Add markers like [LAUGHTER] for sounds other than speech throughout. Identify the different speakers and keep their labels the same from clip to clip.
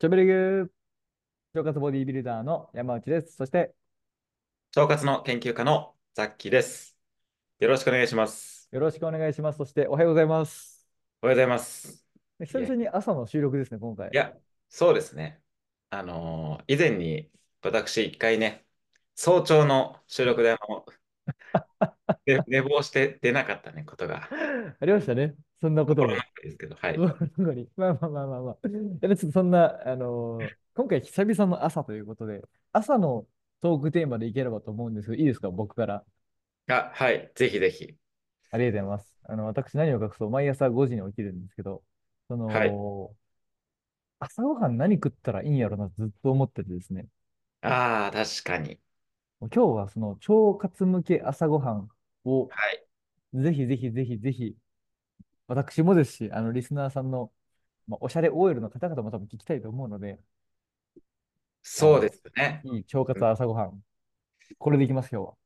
Speaker 1: チョベリグ腸活ボディビルダーの山内です。そして、
Speaker 2: 腸活の研究家のザッキーです。よろしくお願いします。
Speaker 1: よろしくお願いします。そして、おはようございます。
Speaker 2: おはようございます。
Speaker 1: 久々に朝の収録ですね、今回。
Speaker 2: いや、そうですね。あのー以前に私一回ね、早朝の収録であ
Speaker 1: [LAUGHS]
Speaker 2: の、で寝坊して出なかったね、ことが。
Speaker 1: ありましたね。そんなこと
Speaker 2: 心
Speaker 1: も。
Speaker 2: の中ですけど、はい。
Speaker 1: まあ [LAUGHS] まあまあまあまあ。いやちょっとそんな、あのー今回久々の朝ということで、朝のトークテーマでいければと思うんですけど、いいですか、僕から。
Speaker 2: あ、はい。ぜひぜひ。
Speaker 1: ありがとうございます。あの、私何を隠そう、毎朝5時に起きるんですけど、そ
Speaker 2: はい。
Speaker 1: の、朝ごはん何食ったらいいんやろな、ずっと思っててですね。
Speaker 2: ああ、確かに。
Speaker 1: もう今日はその腸活向け朝ごはんを、
Speaker 2: はい。
Speaker 1: ぜひぜひぜひぜひ、私もですし、あの、リスナーさんの、まあ、おしゃれ OL の方々も多分聞きたいと思うので、あ
Speaker 2: そうで
Speaker 1: の、
Speaker 2: すね。
Speaker 1: いい腸
Speaker 2: う
Speaker 1: 活
Speaker 2: ん
Speaker 1: 朝ごはん、これでいきます、今日は。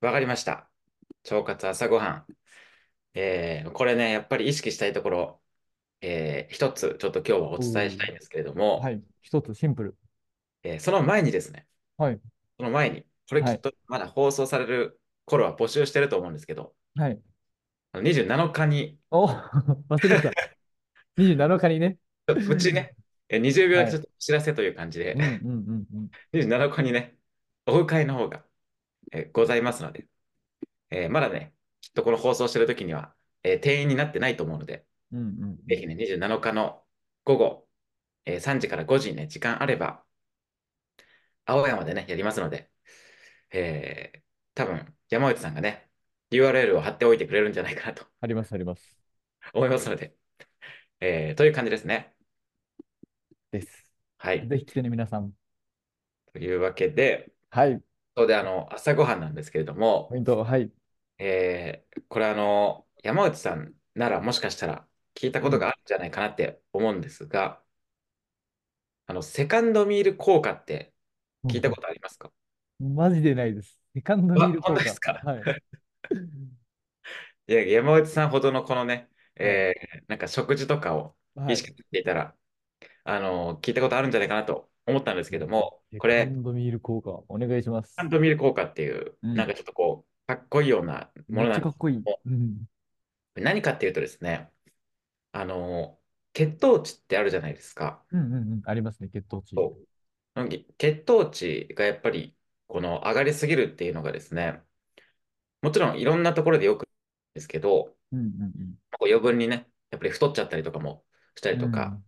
Speaker 2: わかりました。腸活朝ごはん。えーこれね、やっぱり意識したいところ、えー一つちょっと今日はお伝え
Speaker 1: お
Speaker 2: し
Speaker 1: ー
Speaker 2: たいんですけれど
Speaker 1: は
Speaker 2: も、
Speaker 1: い、一つシンプル。
Speaker 2: えーその前にですね、
Speaker 1: はい、
Speaker 2: その前に、これ
Speaker 1: は
Speaker 2: きっ
Speaker 1: い、
Speaker 2: とまだ放送される頃は募集してると思うんですけど、
Speaker 1: はい。
Speaker 2: あの27
Speaker 1: [LAUGHS]
Speaker 2: 日に、
Speaker 1: お、忘れてた。27日にね。
Speaker 2: ちょっとうちね、えー20秒だ
Speaker 1: は
Speaker 2: けちょ
Speaker 1: い。
Speaker 2: っとお知らせという感じで、
Speaker 1: うんうんうんうん。
Speaker 2: 27日にね、オフ会の方が、えーございますので、えーまだね、きっとこの放送してる時には、えー定員になってないと思うので、
Speaker 1: うんうんう
Speaker 2: ぜ
Speaker 1: ん。
Speaker 2: ひね、27日の午後、えー3時から5時にね、時間あれば、青山でね、やりますので、えー、多分山内さんがね、URL を貼っておいてくれるんじゃないかなと [LAUGHS]
Speaker 1: あります、あります。
Speaker 2: 思いますので、えー、という感じですね。
Speaker 1: です。
Speaker 2: はい。
Speaker 1: ぜひ来てね、皆さん。
Speaker 2: というわけで、
Speaker 1: はい。
Speaker 2: そうで、あの、朝ごはんなんですけれども、
Speaker 1: ポイント、はい。
Speaker 2: えー、これあの、山内さんならもしかしたら聞いた
Speaker 1: う
Speaker 2: こと
Speaker 1: ん。
Speaker 2: があるんじゃないかなって思うんですが、あの、セカンドミール効果って
Speaker 1: う
Speaker 2: 聞いたこ
Speaker 1: ん
Speaker 2: とありますか
Speaker 1: マジでないです。セカンドミー
Speaker 2: あ、
Speaker 1: ル
Speaker 2: 本
Speaker 1: 効
Speaker 2: 当で
Speaker 1: 果。
Speaker 2: すか
Speaker 1: はい。
Speaker 2: いや、山内さんほどのこのね、
Speaker 1: はい。
Speaker 2: えー、なんか食事とかを
Speaker 1: は
Speaker 2: 意 [LAUGHS]
Speaker 1: い。
Speaker 2: 識していたら、あの、聞いたことあるんじゃないかなと思ったんです
Speaker 1: う
Speaker 2: けど
Speaker 1: ん
Speaker 2: も、
Speaker 1: セ
Speaker 2: こ
Speaker 1: カ
Speaker 2: れ、
Speaker 1: ンドミール効果、お願いしま
Speaker 2: ハン
Speaker 1: す。
Speaker 2: ドミル効果っていう、
Speaker 1: う
Speaker 2: なん
Speaker 1: ん。
Speaker 2: かちょっとこう、かっこいいようなも
Speaker 1: めっ
Speaker 2: の
Speaker 1: ち
Speaker 2: な
Speaker 1: ゃ
Speaker 2: ん
Speaker 1: か
Speaker 2: で
Speaker 1: っ
Speaker 2: す
Speaker 1: こいい。
Speaker 2: けども、
Speaker 1: うん。
Speaker 2: 何かっていうとですね、あの、血糖値ってあるじゃないですか。
Speaker 1: うんうんうん。ありますね、血糖値。
Speaker 2: そうなんか血糖値がやっぱり、この上がりすぎるっていうのがですね、もちろんいろんなところでよくですけど、
Speaker 1: うんうん
Speaker 2: こう余分にね、やっぱり太っちゃったりとかもした
Speaker 1: う
Speaker 2: りと
Speaker 1: ん。う
Speaker 2: か、
Speaker 1: ん。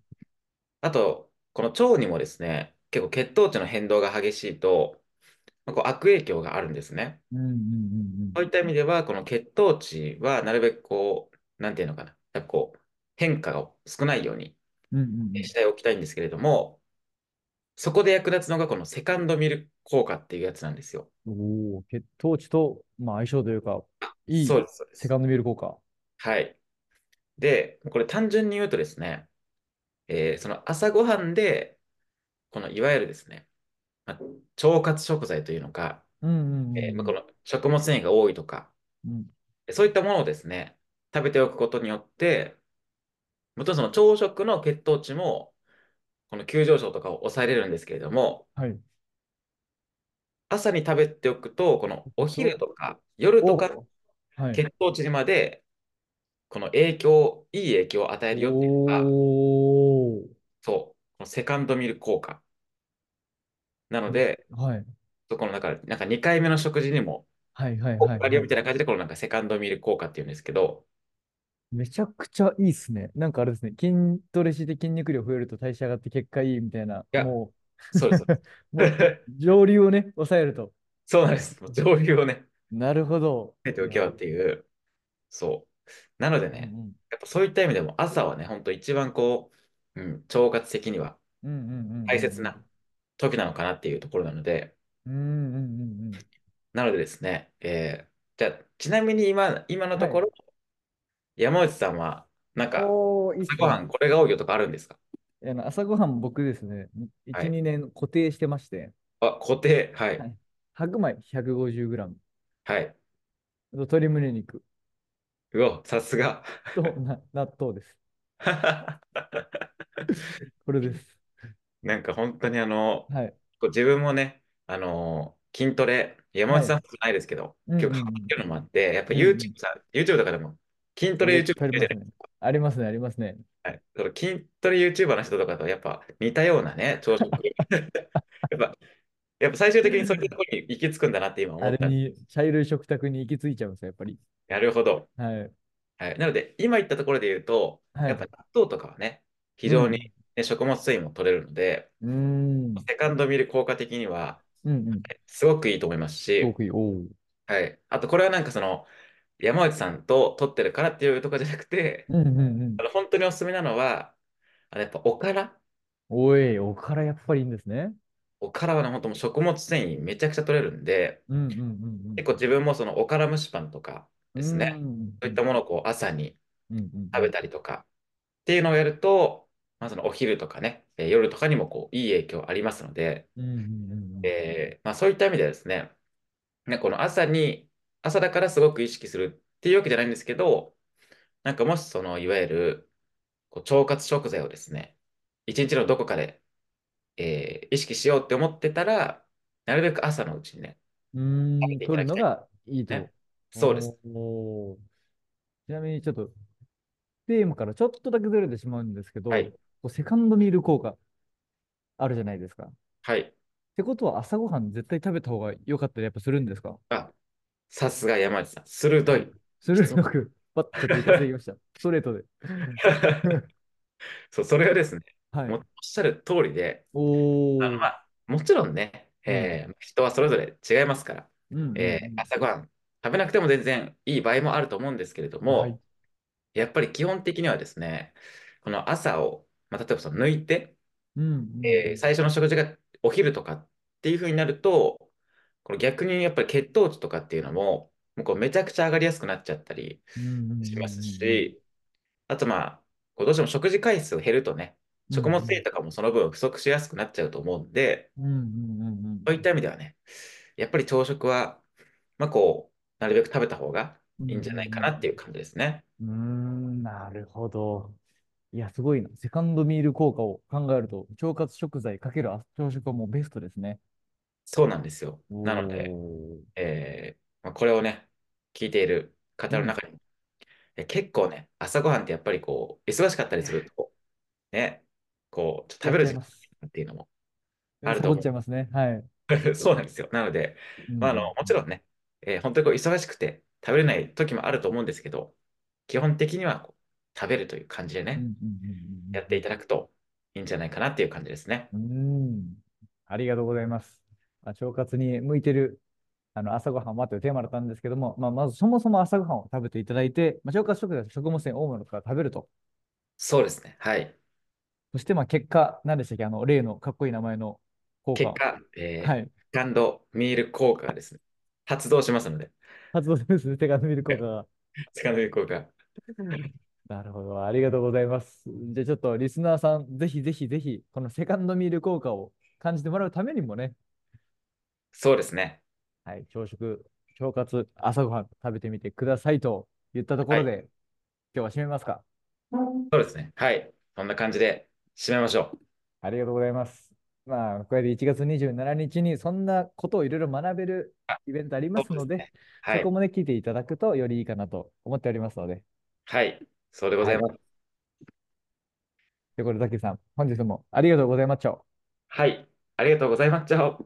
Speaker 2: あと、この腸にもですね、結構血糖値の変動が激しいと、まあこう悪影響があるんですね。
Speaker 1: うんうんうん
Speaker 2: そういった意味では、この血糖値はなるべくこう、なんていうのかな、やっぱこう、変化が少ないように
Speaker 1: うん。うんう
Speaker 2: え
Speaker 1: ん
Speaker 2: しておきたいんですけれども、そこで役立つのがこのセカンドミル効果っていうやつなんですよ。
Speaker 1: うん。おお、血糖値と、まあ、相性というか、い
Speaker 2: そう
Speaker 1: い
Speaker 2: です、そうで
Speaker 1: セ
Speaker 2: す。
Speaker 1: カンドミール効果。
Speaker 2: はい。で、これ単純に言うとですね、えーその朝ごはんで、このいわゆるですね、まあ腸活食材というのか、
Speaker 1: うんう
Speaker 2: えーま
Speaker 1: んう
Speaker 2: あこ
Speaker 1: ん
Speaker 2: の食物繊維が多いとか、
Speaker 1: うん。うん
Speaker 2: そういったものをですね、食べておくことによって、もちろんその朝食の血糖値も、この急上昇とかを抑えれるんですけれども、
Speaker 1: はい。
Speaker 2: 朝に食べておくと、このお昼
Speaker 1: と、
Speaker 2: とか夜とか
Speaker 1: お、はい。
Speaker 2: 血糖値にまで、この影響、いい影響を与えるよっていうのが、
Speaker 1: おお。
Speaker 2: そう、このセカンドミル効果。なの
Speaker 1: め
Speaker 2: で、
Speaker 1: はい。
Speaker 2: そこのだから、なんか2回目の食事にも
Speaker 1: はいはい
Speaker 2: 効
Speaker 1: は
Speaker 2: 果
Speaker 1: い
Speaker 2: がある
Speaker 1: は
Speaker 2: よみ
Speaker 1: い。
Speaker 2: たいな感じで、このなんかセカンドミル効果っていうんですけ
Speaker 1: [LAUGHS]
Speaker 2: ど、
Speaker 1: めちゃくちゃいいっすね。なんかあれですね。筋トレして筋肉量増えると代謝上がって結果いいみたいな、
Speaker 2: いや、
Speaker 1: も
Speaker 2: そうです。そう
Speaker 1: もう
Speaker 2: うです
Speaker 1: 上流をね、抑えると。
Speaker 2: そうなんです。もう上流をね、
Speaker 1: なるほど。
Speaker 2: つけて
Speaker 1: い
Speaker 2: おけ
Speaker 1: や、
Speaker 2: ばっていう。そう。なので
Speaker 1: うん
Speaker 2: ね、
Speaker 1: うん。
Speaker 2: やっぱそういった意味でも朝はね、本当一番こう、うん、腸活的には
Speaker 1: うんうん
Speaker 2: 大切な時なのかなっていうところなので、
Speaker 1: うんうんうん。うんうんうんうん。
Speaker 2: なのでですね、えーじゃあ、ちなみに今、今の
Speaker 1: は
Speaker 2: とこ
Speaker 1: い。
Speaker 2: ろ、山内さんは、なんか、
Speaker 1: おー、いいっ
Speaker 2: 朝
Speaker 1: す
Speaker 2: ごは
Speaker 1: ね。
Speaker 2: んこれが多いよとかあるんですか
Speaker 1: いやあの朝ごはん僕ですね、
Speaker 2: は
Speaker 1: 1、
Speaker 2: い。
Speaker 1: 2年固定してまして、
Speaker 2: あ、固定。は。
Speaker 1: はいい白米 150g
Speaker 2: はい。
Speaker 1: と鶏胸肉
Speaker 2: うわ、さすが。 [LAUGHS]
Speaker 1: とな納豆です。これです。
Speaker 2: なんか本当にあの、
Speaker 1: はい。
Speaker 2: こう自分もね、あの筋トレ、山
Speaker 1: は
Speaker 2: 内さ
Speaker 1: い。
Speaker 2: んほどじゃないですけど、
Speaker 1: うん
Speaker 2: 結
Speaker 1: う
Speaker 2: 構ハマっ
Speaker 1: ん
Speaker 2: てるのもあって、やっぱ
Speaker 1: うん。う
Speaker 2: YouTube
Speaker 1: ん
Speaker 2: さ、YouTube とかでも筋ト
Speaker 1: うん。い
Speaker 2: レ
Speaker 1: っ
Speaker 2: YouTube
Speaker 1: ぱいあり
Speaker 2: 見
Speaker 1: ま
Speaker 2: るじゃ
Speaker 1: す
Speaker 2: ない
Speaker 1: ね。ありますね、ありますね。
Speaker 2: はい、その筋トレ YouTuber の人とかとやっぱ似たようなね、朝食。 [LAUGHS] やっぱ、やっぱ最終的にそういうところに行き着くんだなって今
Speaker 1: あ
Speaker 2: 思
Speaker 1: れ
Speaker 2: った。
Speaker 1: に、茶色い食卓に行き着いちゃうんですよ、やっぱり。
Speaker 2: なるほど。
Speaker 1: はい。
Speaker 2: はい、なので、今言ったところで言うと、
Speaker 1: は
Speaker 2: やっぱ
Speaker 1: い。
Speaker 2: 納豆とかはね、非
Speaker 1: う
Speaker 2: 常に、
Speaker 1: ん。
Speaker 2: ね、食物繊維も取れるので、
Speaker 1: うん。
Speaker 2: セカンドミル効果的には
Speaker 1: うんうん。
Speaker 2: すごくいいと思います
Speaker 1: すご
Speaker 2: し、
Speaker 1: くいい。おう。
Speaker 2: はい、あとこれはなんかその、山内さんと取ってるからっていうとかじゃなくて、
Speaker 1: うんうんう
Speaker 2: あ
Speaker 1: ん。
Speaker 2: の本当におすすめなのは、あのやっぱおから
Speaker 1: おい、おからやっぱりいいんですね。
Speaker 2: おからはね、本当もう食物繊維めちゃくちゃ取れるんで、
Speaker 1: うんうん
Speaker 2: 結構自分もそのおから蒸しパンとか
Speaker 1: う
Speaker 2: ですね、
Speaker 1: んうん。うん
Speaker 2: そうういった
Speaker 1: ん
Speaker 2: ものをこう朝に
Speaker 1: うんうんう
Speaker 2: 食べ
Speaker 1: ん。
Speaker 2: たりとかっていうのをやると、まあ、そのお昼とかね、えー夜とかにもこういい影響ありますので、
Speaker 1: うんうんうんうん。
Speaker 2: えーまあ、そういった意味ではですね、ね、この朝に、朝だからすごく意識するっていうわけじゃないんですけど、なんかもしそのいわゆるこう腸活食材をですね、一日のどこかで、えー意識しようって思ってたら、なるべく朝のうちにね、
Speaker 1: う
Speaker 2: 食
Speaker 1: ー
Speaker 2: べ
Speaker 1: ん、
Speaker 2: ていた
Speaker 1: 取
Speaker 2: だ
Speaker 1: る
Speaker 2: き
Speaker 1: の
Speaker 2: たい。
Speaker 1: がいい
Speaker 2: ね。
Speaker 1: と。
Speaker 2: そうです。
Speaker 1: おーちなみにちょっとテーマからちょっとだけずれてしまうんですけ
Speaker 2: は
Speaker 1: ど、
Speaker 2: い。
Speaker 1: こうセカンドミール効果あるじゃないですか。っ
Speaker 2: はい。
Speaker 1: てことは朝ごはん絶対食べた方が良かったりやっぱするんですか
Speaker 2: あ、さすが山内さん。鋭
Speaker 1: [LAUGHS] お、
Speaker 2: い
Speaker 1: 鋭
Speaker 2: 質問。
Speaker 1: く、パッとちょっと一発できました。
Speaker 2: [LAUGHS]
Speaker 1: ストレートで。
Speaker 2: そう、それはですね、
Speaker 1: は
Speaker 2: も
Speaker 1: い。
Speaker 2: うおっしゃる通りで、あの
Speaker 1: お
Speaker 2: ま
Speaker 1: ー。
Speaker 2: あ、もちろんね、
Speaker 1: うん。
Speaker 2: えー人はそれぞれ違いますから、
Speaker 1: うんうん
Speaker 2: え
Speaker 1: う
Speaker 2: ー
Speaker 1: ん。
Speaker 2: 朝ごはん食べなくても全然いい場合もあると思うんですけれど
Speaker 1: は
Speaker 2: も、
Speaker 1: い。
Speaker 2: やっぱり基本的にはですね、この朝を、まあ、例えばその抜いて、
Speaker 1: うんう
Speaker 2: えー
Speaker 1: ん
Speaker 2: 最初の食事がお昼とかっていう風になると、この逆にやっぱり血糖値とかっていうのも、もうこうめちゃくちゃ上がりやすくなっちゃったり
Speaker 1: うん。うんうん
Speaker 2: します
Speaker 1: うん
Speaker 2: し、あとまあ、こうどうしても食事回数減るとね、
Speaker 1: うん。う
Speaker 2: 食物繊維
Speaker 1: ん
Speaker 2: とかもその分不足しやすくなっちゃうと思うんで、
Speaker 1: うんうんうんうん
Speaker 2: そういった意味ではね、やっぱり朝食は、まあこう、なるべく食べた方が
Speaker 1: うんう
Speaker 2: いいん
Speaker 1: ん
Speaker 2: じゃない
Speaker 1: う
Speaker 2: か
Speaker 1: ん
Speaker 2: なっていう感じですね。
Speaker 1: うーん、なるほど。いや、すごいな。セカンドミール効果を考えると、腸活食材かける朝食はもうベストですね。
Speaker 2: そうなんですよ。なので、
Speaker 1: おー。
Speaker 2: えーまあ、これをね、聞いている
Speaker 1: う
Speaker 2: 方の
Speaker 1: ん。
Speaker 2: 中にも、え結構ね、朝ごはんってやっぱりこう、忙しかったりすると、ね、こう、ちょっ
Speaker 1: やっ
Speaker 2: と食べる
Speaker 1: ちゃい
Speaker 2: 時
Speaker 1: ま
Speaker 2: 間
Speaker 1: す。
Speaker 2: っていうのも [LAUGHS]
Speaker 1: え
Speaker 2: ある
Speaker 1: サ
Speaker 2: と
Speaker 1: ボっ
Speaker 2: 思
Speaker 1: ちゃいますね。はい。
Speaker 2: う。そうなんですよ。なので、
Speaker 1: う
Speaker 2: まあ、あ
Speaker 1: ん
Speaker 2: の、もちろんね、えー本当にこう忙しくて食べれない時もあると思うんですけど、基本的にはこう食べるという感じで
Speaker 1: うんう
Speaker 2: ね、
Speaker 1: んうん
Speaker 2: やっ
Speaker 1: うんう
Speaker 2: てい
Speaker 1: ん
Speaker 2: ただくといいんじゃないかなっていう感じですね。
Speaker 1: うん。うーん。ありがとうございます。まあ、腸活に向いてるあの朝ごはんはというテーマだったんですけども、まあ、まずそもそも朝ごはんを食べていただいて、まあ、腸活食材、食物繊維多いものから食べると。
Speaker 2: そうですね。はい。
Speaker 1: そして、まあ、結果、何でしたっけ、あの、例のかっこいい名前の効
Speaker 2: 結
Speaker 1: 果。
Speaker 2: 果、
Speaker 1: は
Speaker 2: えー
Speaker 1: い。
Speaker 2: セカンドミール効果がですね、発動しますので、
Speaker 1: 発動ですね、手が伸びる効果
Speaker 2: [LAUGHS]
Speaker 1: が。
Speaker 2: セカンドミール効果。
Speaker 1: なるほど、ありがとうございます。じゃあちょっとリスナーさん、ぜひぜひぜひ、このセカンドミール効果を感じてもらうためにもね、
Speaker 2: そうですね。
Speaker 1: はい、朝食、腸活、朝ごはん食べてみてくださいと言ったとこ
Speaker 2: は
Speaker 1: ろ
Speaker 2: い。
Speaker 1: で、今日は締めますか。
Speaker 2: そうですね。はい。そんな感じで締めましょう。
Speaker 1: ありがとうございます。まあ、これで1月27日にそんなことをいろいろ学べる
Speaker 2: あ、
Speaker 1: イベントありま
Speaker 2: そう
Speaker 1: すので、
Speaker 2: ですね。は
Speaker 1: そこ
Speaker 2: い。
Speaker 1: もね、聞いていただくとよりいいかなと思っておりますので。
Speaker 2: はい。そうでご
Speaker 1: は
Speaker 2: ざい
Speaker 1: い。
Speaker 2: ます。
Speaker 1: ということで、ザッキーさん、本日もありがとうございました。
Speaker 2: はい。ありがとうございました。